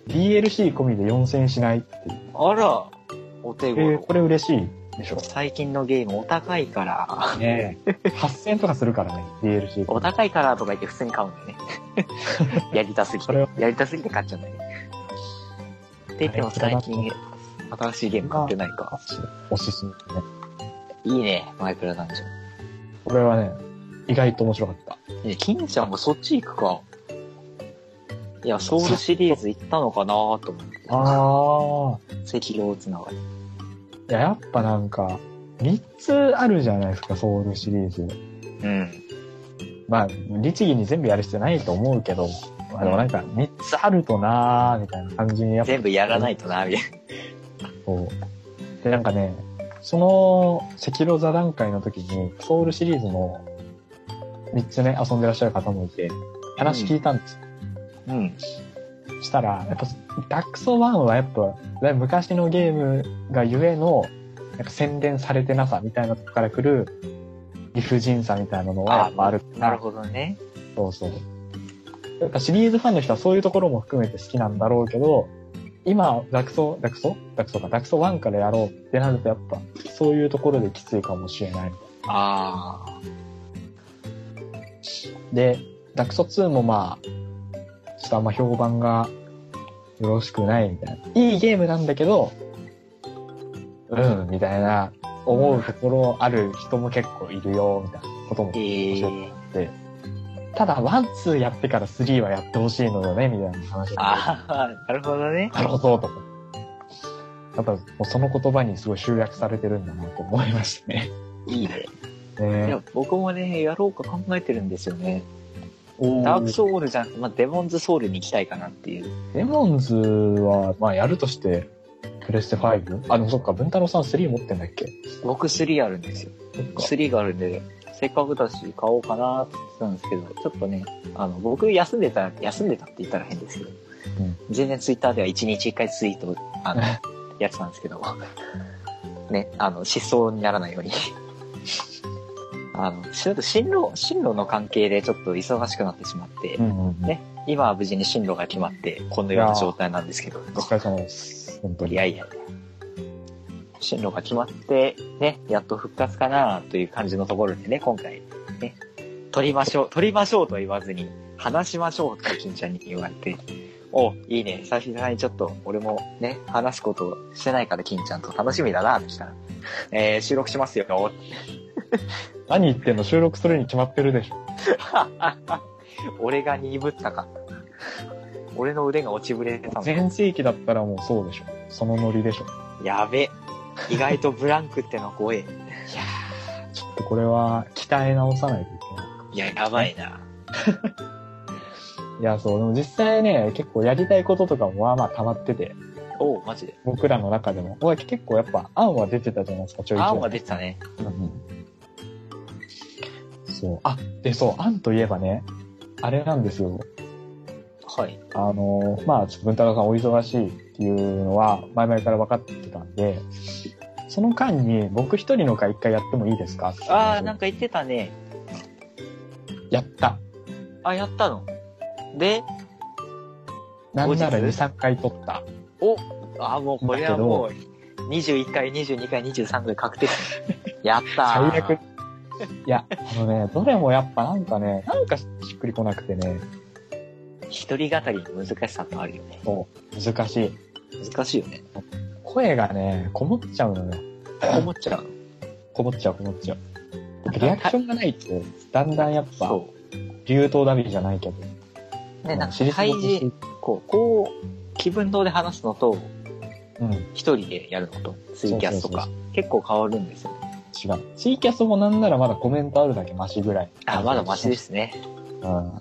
Speaker 2: DLC 込みで4000円しないっていう。
Speaker 3: あら、お手
Speaker 2: え
Speaker 3: 頃、
Speaker 2: ーこれ嬉しいでしょ。
Speaker 3: 最近のゲームお高いから、
Speaker 2: ね 8000円とかするからね、DLC。
Speaker 3: お高いからとか言って普通に買うんだ よね。やりたすぎ
Speaker 2: それ
Speaker 3: て
Speaker 2: は。
Speaker 3: やりたすぎて買っちゃうんだよね。って言っても最近、新しいゲーム買ってないか。
Speaker 2: おすすめね。
Speaker 3: いいね、マイクラダンジョン。
Speaker 2: これはね、意外と面白かった。
Speaker 3: ね金ちゃんもそっち行くか。いや、ソウルシリーズ行ったのかなと思って。
Speaker 2: あ
Speaker 3: 赤道つながり。
Speaker 2: あ。いや、やっぱなんか、3つあるじゃないですか、ソウルシリーズ。
Speaker 3: うん。
Speaker 2: まあ、律儀に全部やる必要ないと思うけど、まあでもなんか、3つあるとなー、みたいな感じにやっ ぱ
Speaker 3: 全部やらないとな、みたい
Speaker 2: こう。で、なんかね、その赤ロ座段階の時に、ソウルシリーズの3つね、遊んでらっしゃる方もいて、話聞いたんですよ
Speaker 3: な。うん。
Speaker 2: したら、やっぱ、ダックソ1はやっぱ、だいぶ昔のゲームがゆえの、やっぱ宣伝されてなさみたいなとこから来る理不尽さみたいなのはやっぱある
Speaker 3: なるほどね。
Speaker 2: そうそう。やっぱシリーズファンの人はそういうところも含めて好きなんだろうけど、今、ダクソ、ダクソダクソか、ダクソ1からやろうってなるとやっぱ、そういうところできついかもしれない。
Speaker 3: ああ。
Speaker 2: で、ダクソ2もまあ、ちょっとあんま評判がよろしくないみたいな。いいゲームなんだけど、うん、みたいな、思うところある人も結構いるよ、みたいなことも
Speaker 3: ええー。
Speaker 2: ただ、ワン、ツーやってからスリーはやってほしいのよね、みたいな話を
Speaker 3: あ あ、なるほどね。
Speaker 2: なるほど、とか。やっぱ、もうその言葉にすごい集約されてるんだなと思いましたね。
Speaker 3: いいね。い
Speaker 2: ね
Speaker 3: や、僕もね、やろうか考えてるんですよね。
Speaker 2: お
Speaker 3: ダークソウルじゃなくて、まあ、デモンズソウルに行きたいかなっていう。
Speaker 2: デモンズは、まあ、やるとして、プレステ 5? あ、でもそっか、文太郎さん3持ってんだっけ
Speaker 3: 僕3あるんですよ。
Speaker 2: そっか。
Speaker 3: 3があるんで、せっかくだし買おうかなって言ってたんですけど、ちょっとね、あの、僕休んでた、休んでたって言ったら変ですけど、
Speaker 2: うん
Speaker 3: 全然ツイッターでは1日1回ツイート、あ の、やってたんですけど、ね、あの、失踪にならないように。あの、ちょっと進路、進路の関係でちょっと忙しくなってしまって、
Speaker 2: うんうんうん。
Speaker 3: ね今は無事に進路が決まって、このような状態なんですけど、
Speaker 2: お疲れ様です。本当に。
Speaker 3: いやいやいや。進路が決まって、ね、やっと復活かなという感じのところでね、今回、ね、撮りましょう、撮りましょうと言わずに、話しましょうって金ちゃんに言われて、お、いいね、久々にちょっと、俺もね、話すことしてないから金ちゃんと楽しみだなって来たら、えー、収録しますよ、
Speaker 2: 何言ってんの収録するに決まってるでしょ。
Speaker 3: 俺が鈍ったか。俺の腕が落ちぶれたのか。
Speaker 2: 全盛期だったらもうそうでしょ。そのノリでしょ。
Speaker 3: やべ。意外とブランクってのは怖え。
Speaker 2: ちょっとこれは、鍛え直さないといけない。
Speaker 3: いや、やばいな。
Speaker 2: いや、そう、でも実際ね、結構やりたいこととかもまあまあ溜まってて、
Speaker 3: おう、マジで。
Speaker 2: 僕らの中でも。これ結構やっぱ案は出てたじゃないですか、ちょいちょい。
Speaker 3: 青が出てたね。
Speaker 2: そう。あ、で、そう、案といえばね、あれなんですよ。
Speaker 3: はい。
Speaker 2: あの、まあ、ちょっと文太郎さんお忙しいっていうのは、前々から分かってたんで、その間に僕一人の会一回やってもいいですか
Speaker 3: ああ、なん
Speaker 2: か。
Speaker 3: か言ってたね。
Speaker 2: やった。
Speaker 3: あ、やったの。で、
Speaker 2: なんなら
Speaker 3: 後
Speaker 2: 2、
Speaker 3: 日
Speaker 2: 3回撮った。
Speaker 3: お、あーもうこれはもう、21回、22回、23回確 定。やったー。
Speaker 2: 最悪。いや、あのね、どれもやっぱなんかね、なんかしっくりこなくてね、
Speaker 3: 一人語りの難しさってあるよね。
Speaker 2: そう、難しい。
Speaker 3: 難しいよね。
Speaker 2: 声がね、こもっちゃうのよ。
Speaker 3: 思っちゃう。
Speaker 2: こもっちゃう、こもっちゃう。リアクションがないって、だんだんやっぱ、
Speaker 3: そ
Speaker 2: 流頭ダビじゃないけど。
Speaker 3: う。ね、なんか
Speaker 2: 知り
Speaker 3: 対
Speaker 2: 尽くし
Speaker 3: 人、こう、こう、気分堂で話すのと、
Speaker 2: うん、違
Speaker 3: 一人でやるのと、ツイキャスと
Speaker 2: そ
Speaker 3: か
Speaker 2: う、
Speaker 3: 結構変わるんですよね。
Speaker 2: う。ツイキャスもなんならまだコメントあるだけマシぐらい。
Speaker 3: あ、まだマシですね。
Speaker 2: うん。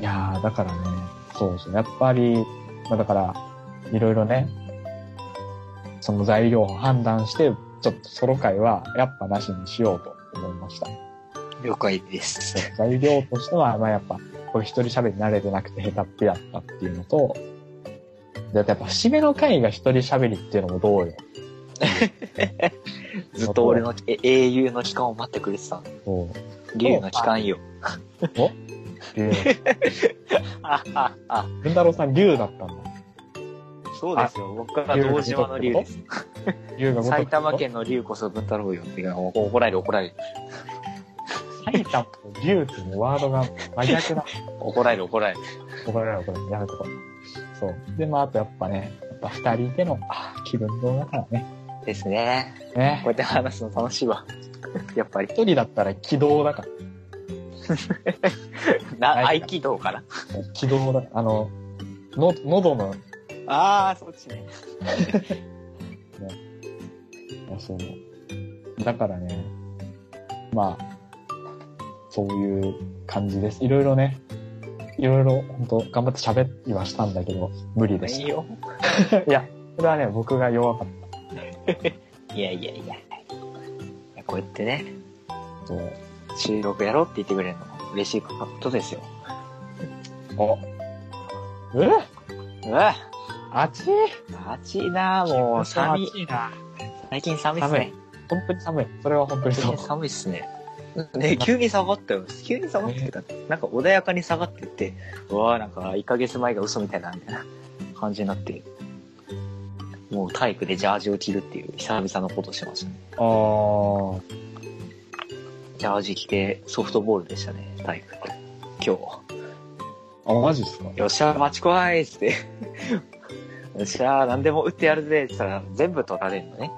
Speaker 2: いやー、だからね、そうそう。やっぱり、まあだから、いろいろね、その材料を判断して、ちょっとソロ会はやっぱなしにしようと思いました。
Speaker 3: 了解です。
Speaker 2: 材料としては、まあやっぱ、これ一人喋り慣れてなくて下手っぴだったっていうのと、で、あとやっぱ節目の回が一人喋りっていうのもどうよ。
Speaker 3: ずっと俺のえ英雄の期間を待ってくれてた。
Speaker 2: そう。
Speaker 3: 竜の期間よ。
Speaker 2: 竜。
Speaker 3: あああ
Speaker 2: 文太郎さん竜だったんだ。
Speaker 3: そうですよ。僕は堂島の竜です。
Speaker 2: 竜が如く
Speaker 3: 埼玉。県の竜こそ文太郎よっていうのは怒られる怒られる。
Speaker 2: 埼玉と竜っていうワードが真逆だ。
Speaker 3: 怒られる怒られる。
Speaker 2: 怒られるこれ、やめとこう。そう。で、まああとやっぱね、やっぱ二人での、あー気分どうだからね。
Speaker 3: ですね。こ
Speaker 2: ね
Speaker 3: う。やって話すの楽しいわ。 やっぱり。
Speaker 2: 一人だったら軌道だから。
Speaker 3: な、
Speaker 2: は
Speaker 3: 合
Speaker 2: い
Speaker 3: 気道から。
Speaker 2: 軌道だから。あの、の、喉の、
Speaker 3: ああ、そっちね。
Speaker 2: そうね。だからね、まあ、そういう感じです。いろいろね、いろいろ本当頑張って喋りはしたんだけど、無理で
Speaker 3: い
Speaker 2: し
Speaker 3: いよ。
Speaker 2: た。いや、これはね、僕が弱かっ
Speaker 3: いやいやいや。いやこうやってね、
Speaker 2: たと、
Speaker 3: 収録やろうって言ってくれるの嬉しいことですよ。
Speaker 2: お、え
Speaker 3: うわ
Speaker 2: 暑い
Speaker 3: 暑いなぁ、もう寒い。
Speaker 2: いな。
Speaker 3: 最近寒いっす
Speaker 2: 寒
Speaker 3: ね
Speaker 2: い。。本当に寒い。それは本当に
Speaker 3: 最
Speaker 2: そう
Speaker 3: 近。寒いっすね。ね、急に下がったよ。急に下がってた。なんか穏やかに下がってって、うわぁ、なんか1ヶ月前が嘘みたいな、みたいな感じになって、もう体育でジャージを着るっていう久々のことしましたね。
Speaker 2: あー、
Speaker 3: ジャージ着てソフトボールでしたね、体育。今
Speaker 2: あ、マジですか
Speaker 3: 日。よっしゃ、待ち怖いっつって。 よっしゃ、何でも打ってやるぜって言ったら、全部取られるのね。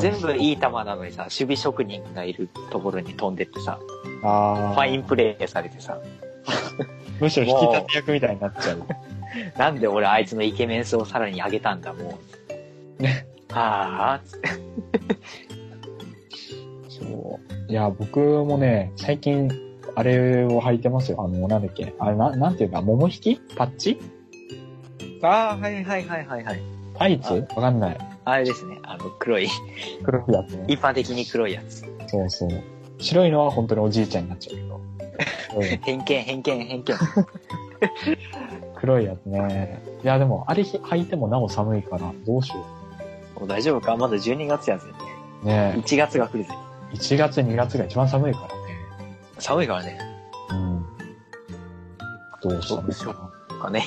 Speaker 3: 全部
Speaker 2: い。
Speaker 3: いい球なのにさ、守備職人がいるところに飛んでってさ、
Speaker 2: あ
Speaker 3: フ
Speaker 2: ー
Speaker 3: ァインプレーされてさ、
Speaker 2: むしろ引き立て役みたいになっちゃう。
Speaker 3: なんで俺あいつのイケメンスをさらに上げたんだ、も う。はぁ、つって。
Speaker 2: そう。いや、僕もね、最近、あれを履いてますよ。あの、なんだっけ。あれ、ななんていうんだ、桃引きパッチ
Speaker 3: ああ、はいはいはいはいはい。
Speaker 2: タイツわかんない。
Speaker 3: あれですね、あの、黒い、
Speaker 2: 黒いやつね。
Speaker 3: 一般的に黒いやつ。
Speaker 2: そうそう。白いのは本当におじいちゃんになっちゃうけ ど。うん
Speaker 3: 偏見、偏見、偏 見。
Speaker 2: 黒いやつね。いや、でも、あれひ履いてもなお寒いから、どうしよ
Speaker 3: もう大丈夫かまだ12月やぜ。
Speaker 2: う。ね
Speaker 3: 1月が来るぜ。
Speaker 2: え1月、2月が一番寒いから
Speaker 3: 寒いからね。
Speaker 2: ね。うん。どうしたんですか。
Speaker 3: なんかね。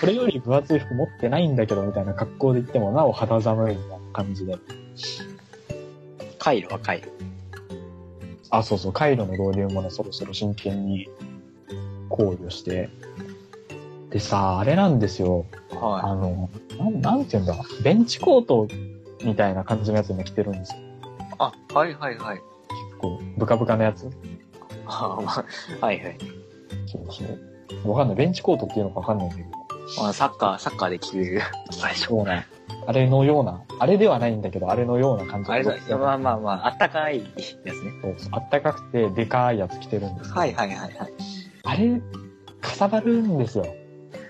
Speaker 2: それより分厚い服持ってないんだけど、みたいな格好で言っても、なお肌寒いみたいな感じで。
Speaker 3: 回路は回路。
Speaker 2: あ、そうそう、回路の導入もね、そろそろ真剣に考慮して。でさ、あれなんですよ。
Speaker 3: は
Speaker 2: あの、なん、なんていうんだ、ベンチコートみたいな感じのやつ今着てるんですよ。
Speaker 3: い。あ、はいはいはい。
Speaker 2: 結構、ブカブカのやつ。
Speaker 3: あまあはいはい。
Speaker 2: そうそう。わかんない。ベンチコートっていうのかわかんないんだけど。
Speaker 3: まあ、サッカー、サッカーで着る。最初。
Speaker 2: そうね。あれのような、あれではないんだけど、あれのような感じ
Speaker 3: あれだ、いやまあまあ
Speaker 2: あ。
Speaker 3: まあ、あったかいやつね。
Speaker 2: そうそうあったかくて、でかいやつ着てるんですよ
Speaker 3: はいはいはいはい。
Speaker 2: あれ、かさばるんですよ。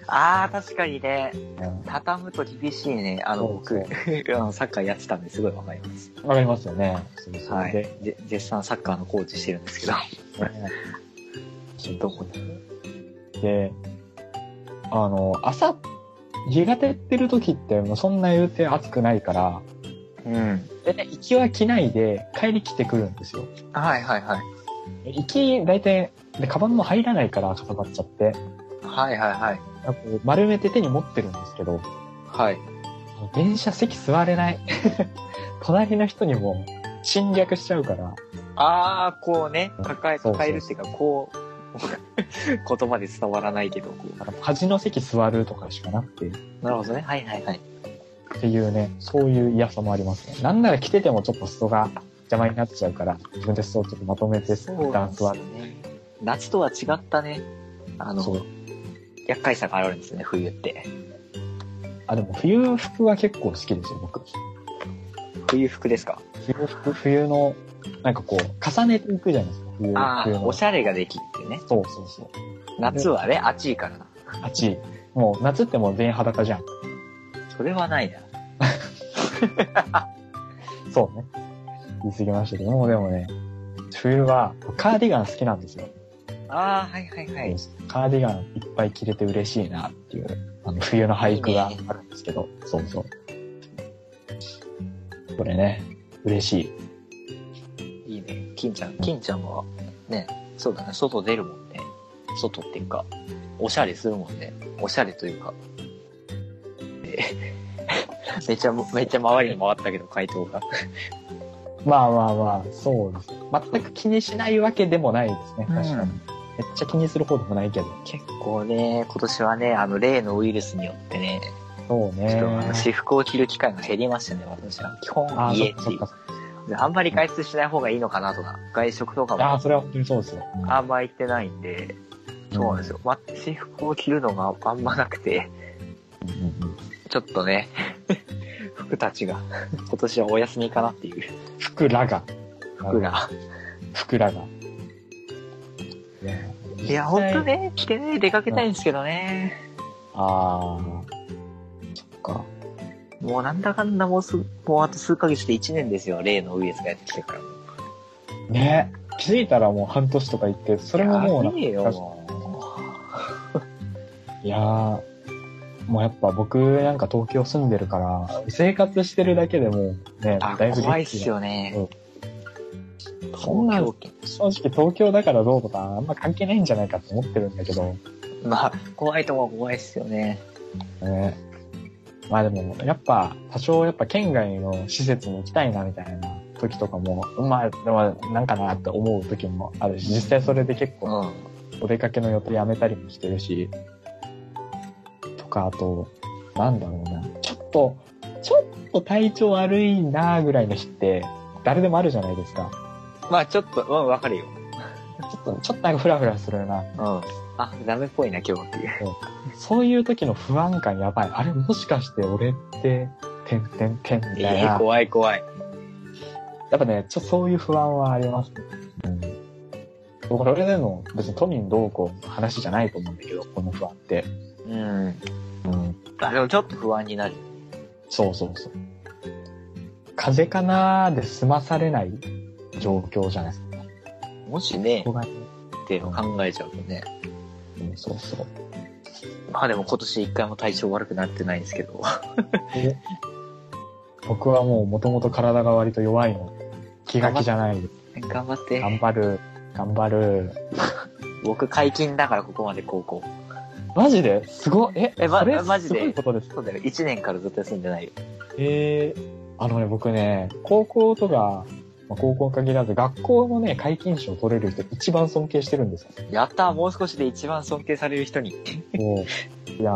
Speaker 3: ああ、確かにね。
Speaker 2: うん
Speaker 3: 畳むと厳しいね。あの、僕、
Speaker 2: そう
Speaker 3: あのサッカーやってたんですごいわかります。
Speaker 2: わかりますよね。そうそう
Speaker 3: はい
Speaker 2: で。
Speaker 3: ぜ絶賛サッカーのコーチしてるんですけど。
Speaker 2: そう
Speaker 3: どこ
Speaker 2: で、あの、朝、日が照ってる時って、もうそんな言うて暑くないから、
Speaker 3: うん。
Speaker 2: 大体行きは着ないで、帰り来てくるんですよ。
Speaker 3: はいはいはい。
Speaker 2: 行き、大体、で、カバンも入らないから、かさばっちゃって、
Speaker 3: はいはいはい。
Speaker 2: なんかこう丸めて手に持ってるんですけど、
Speaker 3: はい。
Speaker 2: 電車席座れない。 隣の人にも侵略しちゃうから、
Speaker 3: ああ、こうね、抱え、
Speaker 2: そうそう
Speaker 3: 抱えるっていうか、こう、 言葉で伝わらないけど、こ
Speaker 2: あの端の席座るとかしかなくて、っ
Speaker 3: う。なるほどね。はいはいはい。
Speaker 2: ていうね、そういう嫌さもありますね。なんなら着ててもちょっと裾が邪魔になっちゃうから、自分で裾をちょっとまとめて、
Speaker 3: そう
Speaker 2: ダ
Speaker 3: なん
Speaker 2: ン
Speaker 3: で
Speaker 2: ス
Speaker 3: すよ
Speaker 2: は。
Speaker 3: ね。夏とは違ったね、あ
Speaker 2: そ
Speaker 3: の
Speaker 2: う、
Speaker 3: 厄介さがあるんですね、冬って。
Speaker 2: あ、でも冬服は結構好きですよ、僕。
Speaker 3: 冬服ですか
Speaker 2: 冬服、冬の、なんかこう、重ねていくじゃないですか、冬
Speaker 3: ああ
Speaker 2: 冬、の。
Speaker 3: おしゃれができるっていうね。
Speaker 2: そうそうそう。
Speaker 3: 夏はね、暑いからな。
Speaker 2: 暑い。もう夏ってもう全員裸じゃん。
Speaker 3: それはないな。
Speaker 2: そうね。言い過ぎましたけど、もうでもね、冬はカーディガン好きなんですよ。
Speaker 3: ああ、はいはいはい。
Speaker 2: カーディガンいっぱい着れて嬉しいなっていう、あの冬の俳句があるんですけど、そうそう。これね、嬉しい。
Speaker 3: いいね。金ちゃん、金ちゃんは、ね、そうだね、外出るもんね。外っていうか、おしゃれするもんね。おしゃれというか。 えめっちゃ、めっちゃ周りに回ったけど、回答が。
Speaker 2: まあまあまあ、そうです。全く気にしないわけでもないですね、確かに。
Speaker 3: うん
Speaker 2: めっちゃ気にする方でもないけど。
Speaker 3: 結構ね、今年はね、あの、例のウイルスによってね、
Speaker 2: そう
Speaker 3: ちょっ
Speaker 2: ね
Speaker 3: とあ。の私服を着る機会が減りましたね、私は。基本
Speaker 2: あー、
Speaker 3: 家
Speaker 2: そっ
Speaker 3: って
Speaker 2: かそ
Speaker 3: い
Speaker 2: っ
Speaker 3: う
Speaker 2: か。
Speaker 3: であんまり外出しない方がいいのかなとか、外食とか
Speaker 2: ああ、
Speaker 3: も
Speaker 2: それは本当にそうですよ。
Speaker 3: あんま行ってないんで、そうなんですよ。まあ、制服を着るのがあんまなくて、
Speaker 2: うんうんうん。
Speaker 3: ちょっとね、 服たちが、 今年はお休みかなっていう
Speaker 2: 服らが。
Speaker 3: 服が。
Speaker 2: 服らが。ね
Speaker 3: いや、ほんとね、着てね、出かけたいんですけどね。
Speaker 2: ああ、そっか。
Speaker 3: もうなんだかんだもうすぐ、もうあと数ヶ月で1年ですよ、例のウイルスがやってきてから。
Speaker 2: ね気づいたらもう半年とか言って、それももう
Speaker 3: やべえよ、
Speaker 2: なんか
Speaker 3: も
Speaker 2: いやー、もうやっぱ僕なんか東京住んでるから、生活してるだけでもうね
Speaker 3: う。あ、、
Speaker 2: だいぶ
Speaker 3: 怖いっすよね。
Speaker 2: そんな
Speaker 3: 東京
Speaker 2: 正直東京だからどうとかあんま関係ないんじゃないかと思ってるんだけど、
Speaker 3: 圏まあ、怖いとこは怖いっすよね。
Speaker 2: ね。まあでも、やっぱ、多少やっぱ県外の施設に行きたいなみたいな時とかも、まあ、でもなんかなって思う時もあるし、実際それで結構
Speaker 3: うん。
Speaker 2: お出かけの予定やめたりもしてるし、とか、あと、なんだろうな、ちょっと、ちょっと体調悪いなぐらいの日って、誰でもあるじゃないですか。
Speaker 3: まあ、ちょっと、うん、わかるよ。
Speaker 2: ちょっと、ちょっとなんかフラフラするな。
Speaker 3: うん。あ、ダメっぽいな、今日っていう。
Speaker 2: そういう時の不安感やばい。あれ、もしかして俺って、てんてんてんみたいな。
Speaker 3: ええ怖い怖い。
Speaker 2: やっぱね、ちょっとそういう不安はありますね。うん。これでの別に都民どうこうの話じゃないと思うんだけど、この不安って。
Speaker 3: うん。
Speaker 2: うん。
Speaker 3: あ、でもちょっと不安になる。
Speaker 2: そうそうそう。風邪かなーで済まされない状況じゃないですか。
Speaker 3: もしね
Speaker 2: こ、こ
Speaker 3: っ
Speaker 2: が
Speaker 3: ていうのを考えちゃうとね。
Speaker 2: うん、そうそう。
Speaker 3: まあでも今年一回も体調悪くなってないんですけど。
Speaker 2: 僕はもう元々体が割と弱いの。気が気じゃないです。
Speaker 3: 頑張って。
Speaker 2: 頑張る。頑張る。
Speaker 3: 僕解禁だからここまで高校。
Speaker 2: マジですごい。え、
Speaker 3: えま
Speaker 2: それ
Speaker 3: マジです
Speaker 2: ごいことです。
Speaker 3: そうだよ、1年からずっと休んでないよ。
Speaker 2: ええあのね、僕ね、高校とか、まあ、高校に限らず、学校のね、解禁賞取れる人一番尊敬してるんですよ。
Speaker 3: やったーもう少しで一番尊敬される人に。
Speaker 2: もう、いや、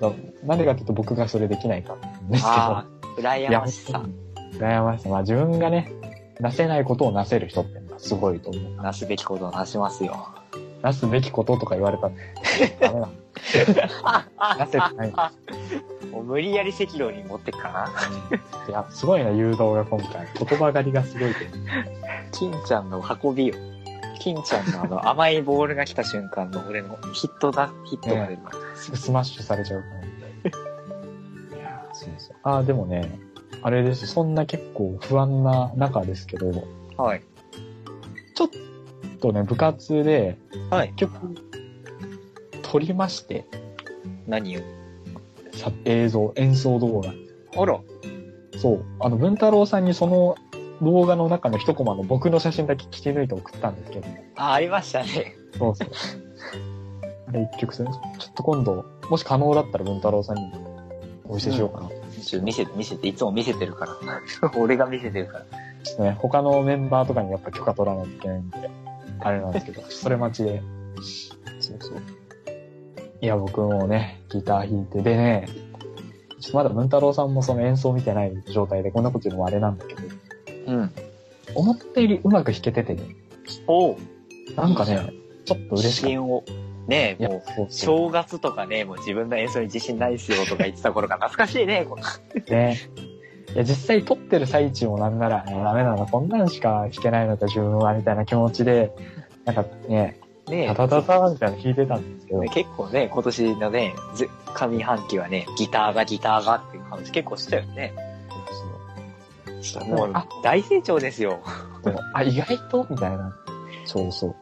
Speaker 2: ななんでかっていうと僕がそれできないからなんですけ
Speaker 3: あ
Speaker 2: ど。
Speaker 3: あ、羨ましさ
Speaker 2: 本。当に羨ましさ。まあ自分がね、なせないことをなせる人ってのはすごいと思う。
Speaker 3: なすべきことをなしますよ。
Speaker 2: なすべきこととか言われたら、ダメだ。なせてない。
Speaker 3: もう無理やり赤道に持ってっかな。
Speaker 2: いや、すごいな、誘導が今回。言葉狩りがすごいけど。
Speaker 3: 金ちゃんの運びよ。金ちゃんのあ の甘いボールが来た瞬間の俺のヒットだ、ヒットが出るから。
Speaker 2: すぐスマッシュされちゃうから。いやーそうそう。ああ、でもね、あれです。そんな結構不安な中ですけど、
Speaker 3: はい。
Speaker 2: ちょっとね、部活で、
Speaker 3: はい。
Speaker 2: 結局、撮りまして、
Speaker 3: 何を
Speaker 2: さ映像、演奏動画。
Speaker 3: あら。
Speaker 2: そう。あの、文太郎さんにその動画の中の一コマの僕の写真だけ切り抜いて送ったんですけど、
Speaker 3: あ、ありましたね。
Speaker 2: そうそう。あれ一曲するちょっと今度、もし可能だったら文太郎さんにお見せしようかな。
Speaker 3: ちょっと見せて、見せて、いつも見せてるから。 俺が見せてるから。
Speaker 2: ちょっとね、他のメンバーとかにやっぱ許可取らないといけないんで、あれなんです けど、それ待ちで。そうそう。いや、僕もね、ギター弾いて、でね、ちょっとまだ文太郎さんもその演奏見てない状態で、こんなこと言うのもあれなんだけど、
Speaker 3: うん。
Speaker 2: 思ったよりうまく弾けててね、
Speaker 3: おう。
Speaker 2: なんかね、ちょっと嬉
Speaker 3: 自
Speaker 2: しかっ
Speaker 3: 信を。ね
Speaker 2: た。
Speaker 3: え、
Speaker 2: いや
Speaker 3: もう、、
Speaker 2: そうそ
Speaker 3: 正月とかね、もう自分の演奏に自信ないっすよとか言ってた頃が懐かしいね。こ
Speaker 2: う。ね。いや、実際撮ってる最中もなんなら、いやダメなの、こんなんしか弾けないのか、自分は、みたいな気持ちで、なんかね、
Speaker 3: のね
Speaker 2: タタタタみたいなの弾いてたんですけど
Speaker 3: ね、結構ね、今年のね、ず上半期はね、ギターがギターがっていう話結構したよね。
Speaker 2: そう
Speaker 3: もう
Speaker 2: あ、
Speaker 3: 大成長ですよ。
Speaker 2: でもあ、意外とみたいな。そうそう。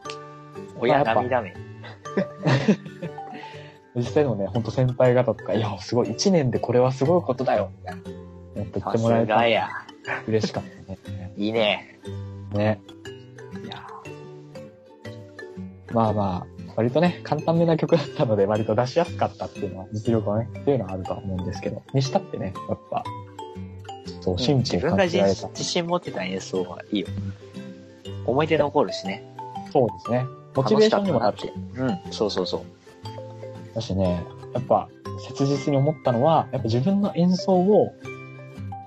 Speaker 3: 親
Speaker 2: やっぱ
Speaker 3: 涙目。
Speaker 2: 実際でもね、ほんと先輩方とか、いや、すごい、一年でこれはすごいことだよ、みたいな。やっぱ言っ
Speaker 3: さ
Speaker 2: て
Speaker 3: す
Speaker 2: もらえた
Speaker 3: が
Speaker 2: ら
Speaker 3: や。
Speaker 2: 嬉しかったね。
Speaker 3: いいね。
Speaker 2: ね。いやーまあまあ、割とね、簡単めな曲だったので、割と出しやすかったっていうのは、実力はね、っていうのはあるとは思うんですけど、にしたってね、やっぱ、そう、進
Speaker 3: 自
Speaker 2: 歩を
Speaker 3: 分
Speaker 2: 感
Speaker 3: が
Speaker 2: じ
Speaker 3: 自
Speaker 2: られた。
Speaker 3: 自信持ってた演奏はいいよ。思い出残るしね。
Speaker 2: そうですね。モチベーションにもなる
Speaker 3: 楽しかったなって。うん、そうそうそう。
Speaker 2: だしね、やっぱ切実に思ったのは、やっぱ自分の演奏を、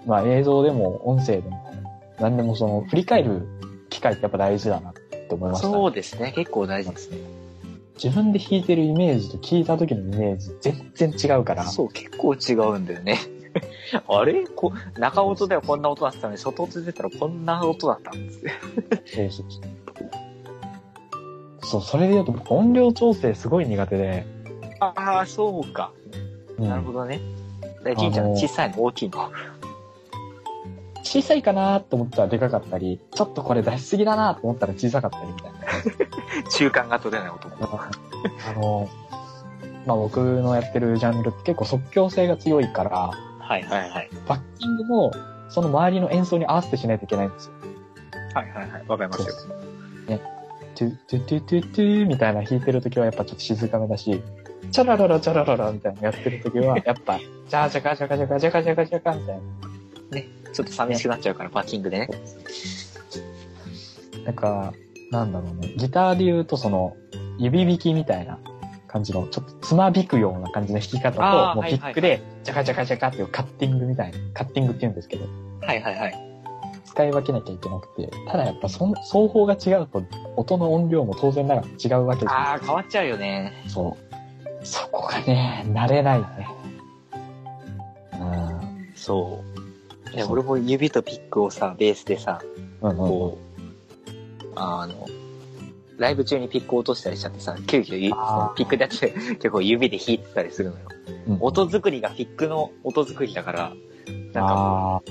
Speaker 2: まあ映像でも音声でも、何でもその、振り返る機会ってやっぱ大事だなって思いましたね、
Speaker 3: そうですね。結構大事ですね。
Speaker 2: 自分で弾いてるイメージと聞いた時のイメージ全然違うから。
Speaker 3: そう、結構違うんだよ ね。あれこ中音ではこんな音だったのに、外音出たらこんな音だったんです。
Speaker 2: そうそうそう。そう、それで言うと僕音量調整すごい苦手で。
Speaker 3: ああ、そうか。
Speaker 2: うん
Speaker 3: なるほどね。で、金ちゃん、
Speaker 2: あのー
Speaker 3: 小さいの大きいの。
Speaker 2: 小さいかなと思ったらでかかったり、ちょっとこれ出しすぎだなと思ったら小さかったりみたいな。
Speaker 3: 中間が取れない男。
Speaker 2: あの、まあ、僕のやってるジャンルって結構即興性が強いから、
Speaker 3: はいはいはい。
Speaker 2: バッキングもその周りの演奏に合わせてしないといけないんですよ。
Speaker 3: はいはいはい。わかりますよ。
Speaker 2: トゥトゥトゥトゥトゥみたいな弾いてる時はやっぱちょっと静かめだし、チャラララチャラララみたいなのやってる時は、やっぱ、ジャージャカジャカジャカジャカジャカジャカみたいな。
Speaker 3: ちょっと寂しくなっちゃうから、パーキングでね。
Speaker 2: なんか、なんだろうね。ギターで言うとその、指弾きみたいな感じの、ちょっとつまびくような感じの弾き方
Speaker 3: あー
Speaker 2: と、もう
Speaker 3: は
Speaker 2: ピ
Speaker 3: いはい
Speaker 2: ックで、ジャカジャカジャカっていうカッティングみたいな、カッティングって言うんですけど、
Speaker 3: はいはいはい。
Speaker 2: 使い分けなきゃいけなくて、ただやっぱその、奏法が違うと、音の音量も当然ながら違うわけじゃない
Speaker 3: ああ、変わっちゃうよね。
Speaker 2: そう。そこがね、慣れないね。うん
Speaker 3: そう。で俺も指とピックをさ、ベースでさ、
Speaker 2: うんうんうん。
Speaker 3: こう、あの、ライブ中にピックを落としたりしちゃってさ、急遽ゆそ
Speaker 2: あ
Speaker 3: の
Speaker 2: ー
Speaker 3: ピックだって結構指で弾いてたりするのよ。
Speaker 2: うん
Speaker 3: 音作りがピックの音作りだから、なんか、
Speaker 2: ああ、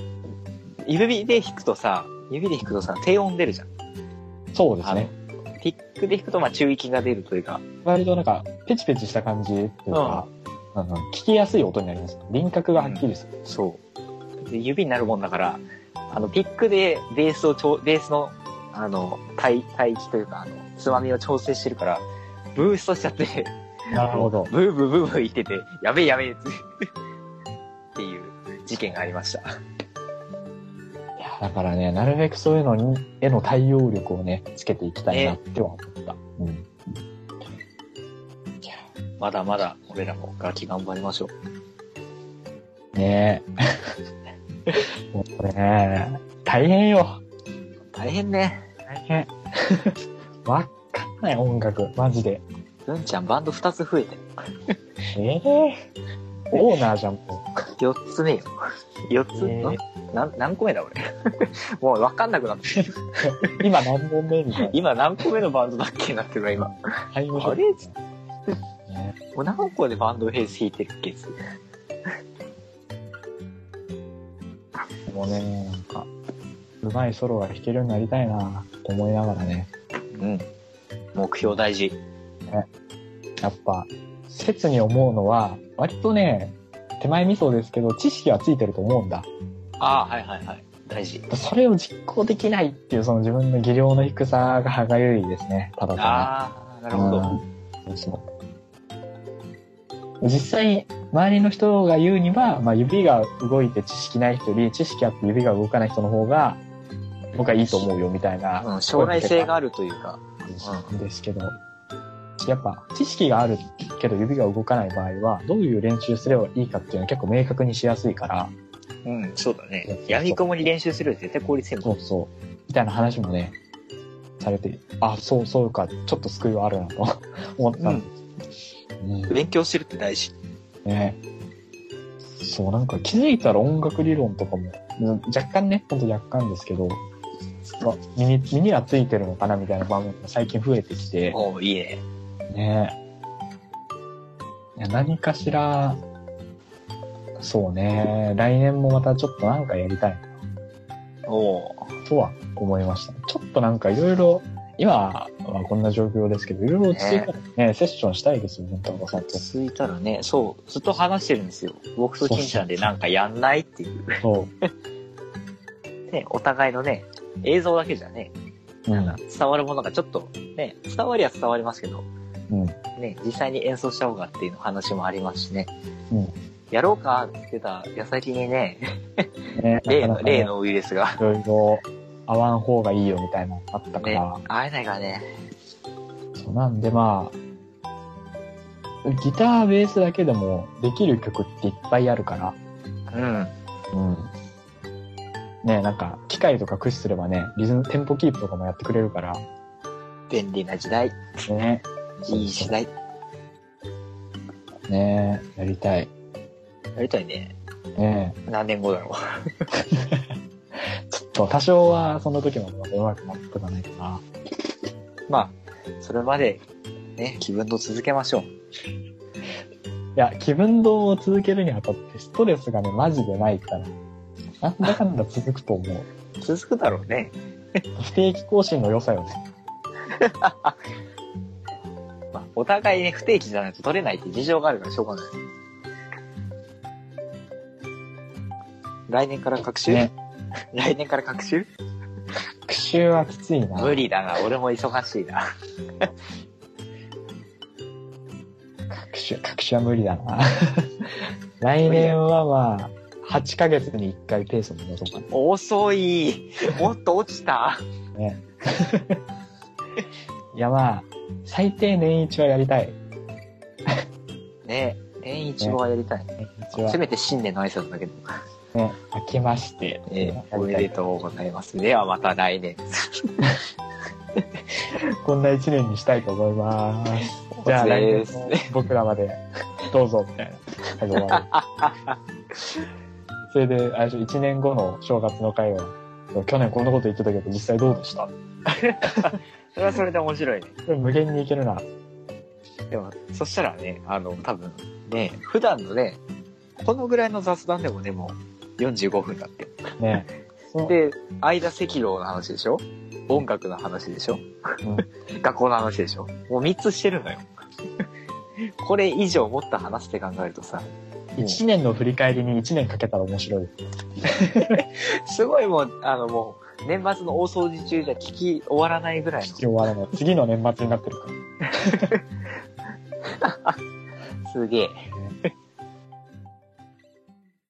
Speaker 3: 指で弾くとさ、指で弾くとさ、低音出るじゃん。
Speaker 2: そうですね。
Speaker 3: ピックで弾くと、まあ、中域が出るというか、
Speaker 2: 割となんか、ペチペチした感じっていうか、うんうん聞きやすい音になります。輪郭がはっきりする。
Speaker 3: そう。で指になるもんだから、あの、ピックでベースをちょう、ベースの、あの、帯、帯域というか、あの、つまみを調整してるから、ブーストしちゃって、
Speaker 2: なるほど。
Speaker 3: ブーブーブーブー言ってて、やべえやべえって、 っていう事件がありました。
Speaker 2: いや、だからね、なるべくそういうのに、への対応力をね、つけていきたいなっては思った。うん。
Speaker 3: まだまだ、俺らも楽器頑張りましょう。
Speaker 2: ねえ。もうね大変よ。
Speaker 3: 大変ね。
Speaker 2: 大変。 わかんない音楽、マジで。
Speaker 3: うんちゃんバンド2つ増えてる。
Speaker 2: ええオーナーじゃん、も
Speaker 3: 4つ目よ。4つ、
Speaker 2: ね
Speaker 3: なん何個目だ俺。 もうわかんなくなってきた。
Speaker 2: う。今何本目みたいな。
Speaker 3: 今何個目のバンドだっけなってるわ、今。
Speaker 2: タイムショッ
Speaker 3: あ
Speaker 2: ク
Speaker 3: れ
Speaker 2: ね
Speaker 3: もう何個でバンドヘイズ弾いてるっけ
Speaker 2: もうね、なんか、うまいソロが弾けるようになりたいなと思いながらね。
Speaker 3: うん。目標大事。
Speaker 2: やっぱ、切に思うのは、割とね、手前味噌ですけど、知識はついてると思うんだ。
Speaker 3: ああ、はいはいはい。大事。
Speaker 2: それを実行できないっていう、その自分の技量の低さが歯がゆいですね、ただただ。
Speaker 3: ああ、なるほど。
Speaker 2: うんそう実際、周りの人が言うには、まあ、指が動いて知識ない人より、知識あって指が動かない人の方が、僕はいいと思うよ、みたいな。
Speaker 3: うん、将来性があるというか。
Speaker 2: うんですけど、やっぱ、知識があるけど指が動かない場合は、どういう練習すればいいかっていうのは結構明確にしやすいから、
Speaker 3: うん、そうだ
Speaker 2: そう
Speaker 3: ね
Speaker 2: そう
Speaker 3: やみこもに練習するより絶対効率いいも
Speaker 2: そ
Speaker 3: ん。
Speaker 2: うそう、みたいな話もね、されて、あ、そうそうか、ちょっと救いはあるなと 思ったんです。うん
Speaker 3: 勉強するって大事。
Speaker 2: ね。そう、なんか気づいたら音楽理論とかも、うん若干ね、ほんと若干ですけど、まあ、身に、身にはついてるのかなみたいな場面が最近増えてきて、
Speaker 3: おおいいね。
Speaker 2: ね。いや何かしら、そうね、来年もまたちょっとなんかやりたい
Speaker 3: おお
Speaker 2: とは思いました。ちょっとなんかいろいろ、今はこんな状況ですけど、いろいろ落ち着いたらね、セッションしたいですよね、田中さんと。
Speaker 3: 続いたらね、そう、ずっと話してるんですよ。僕と金ちゃんでなんかやんないっていう。
Speaker 2: そ
Speaker 3: ね、お互いのね、映像だけじゃね、
Speaker 2: う。う
Speaker 3: なんか伝わるものがちょっと、ね、伝わりは伝わりますけど、
Speaker 2: ん。うん。
Speaker 3: ね、実際に演奏した方がっていう話もありますしね。
Speaker 2: うん
Speaker 3: やろうかって言ってた矢先にね、
Speaker 2: ね
Speaker 3: 例
Speaker 2: な
Speaker 3: の、
Speaker 2: かなかね
Speaker 3: 例のウイルスが、
Speaker 2: いろいろ合わん方がいいよみたいなのあったか
Speaker 3: ね
Speaker 2: ら、、
Speaker 3: 会えないからね。
Speaker 2: そうなんでまあ、ギター、ベースだけでもできる曲っていっぱいあるから、
Speaker 3: うん。
Speaker 2: うん。ね、なんか、機械とか駆使すればね、リズム、テンポキープとかもやってくれるから、
Speaker 3: 便利な時代、
Speaker 2: ね、
Speaker 3: いい時代。
Speaker 2: ね、やりたい。
Speaker 3: やりたいね。
Speaker 2: ね、
Speaker 3: 何年後だろ
Speaker 2: ちょっと多少はその時までまた上手くなってかないか
Speaker 3: う。
Speaker 2: な。
Speaker 3: まあ、それまで、ね、気分と続けましょう。
Speaker 2: いや、気分動を続けるにあたってストレスがね、マジでないから、なんだかんだ続くと思う。
Speaker 3: 続くだろうね。
Speaker 2: 不定期更新の良さよね。
Speaker 3: まあ、お互いね、不定期じゃないと取れないって事情があるからしょうがない。来年から学習、
Speaker 2: ね。
Speaker 3: 来年から学習
Speaker 2: 復習はきついな。
Speaker 3: 無理だな、俺も忙しいな。
Speaker 2: 学習、学習は無理だな。 来年はまあ、8ヶ月に1回ペースを戻そうか
Speaker 3: 遅い。もっと落ちた。
Speaker 2: なね。いやまあ、最低年一はやりたい。
Speaker 3: ね年一はやりたい。
Speaker 2: 年一は
Speaker 3: せ。めて新年の挨拶だけど。
Speaker 2: ね、明けまして。
Speaker 3: え
Speaker 2: やり
Speaker 3: ー、
Speaker 2: たい
Speaker 3: おめでとうございます。ではまた来年。
Speaker 2: こんな1年にしたいと思います。じゃあ来年も僕らまで、どうぞ、みたいな。はい終わりそれで、あれでしょ、1年後の正月の会は、去年こんなこと言ってたけど、実際どうでした
Speaker 3: それはそれで面白いね。
Speaker 2: これ無限にいけるな。
Speaker 3: でも、そしたらね、あの、多分ね、普段のね、このぐらいの雑談でもね、もう45分だって。
Speaker 2: ね。そう
Speaker 3: で、間赤道の話でしょ音楽の話でしょ、学校の話でしょもう3つしてるのよ。 これ以上もっと話して考えるとさ、
Speaker 2: 一年の振り返りに一年かけたら面白い。
Speaker 3: すごいもう、あのもう、年末の大掃除中じゃ聞き終わらないぐらい
Speaker 2: 聞き終わらない。次の年末になってるか
Speaker 3: の。すげえ。
Speaker 2: ら。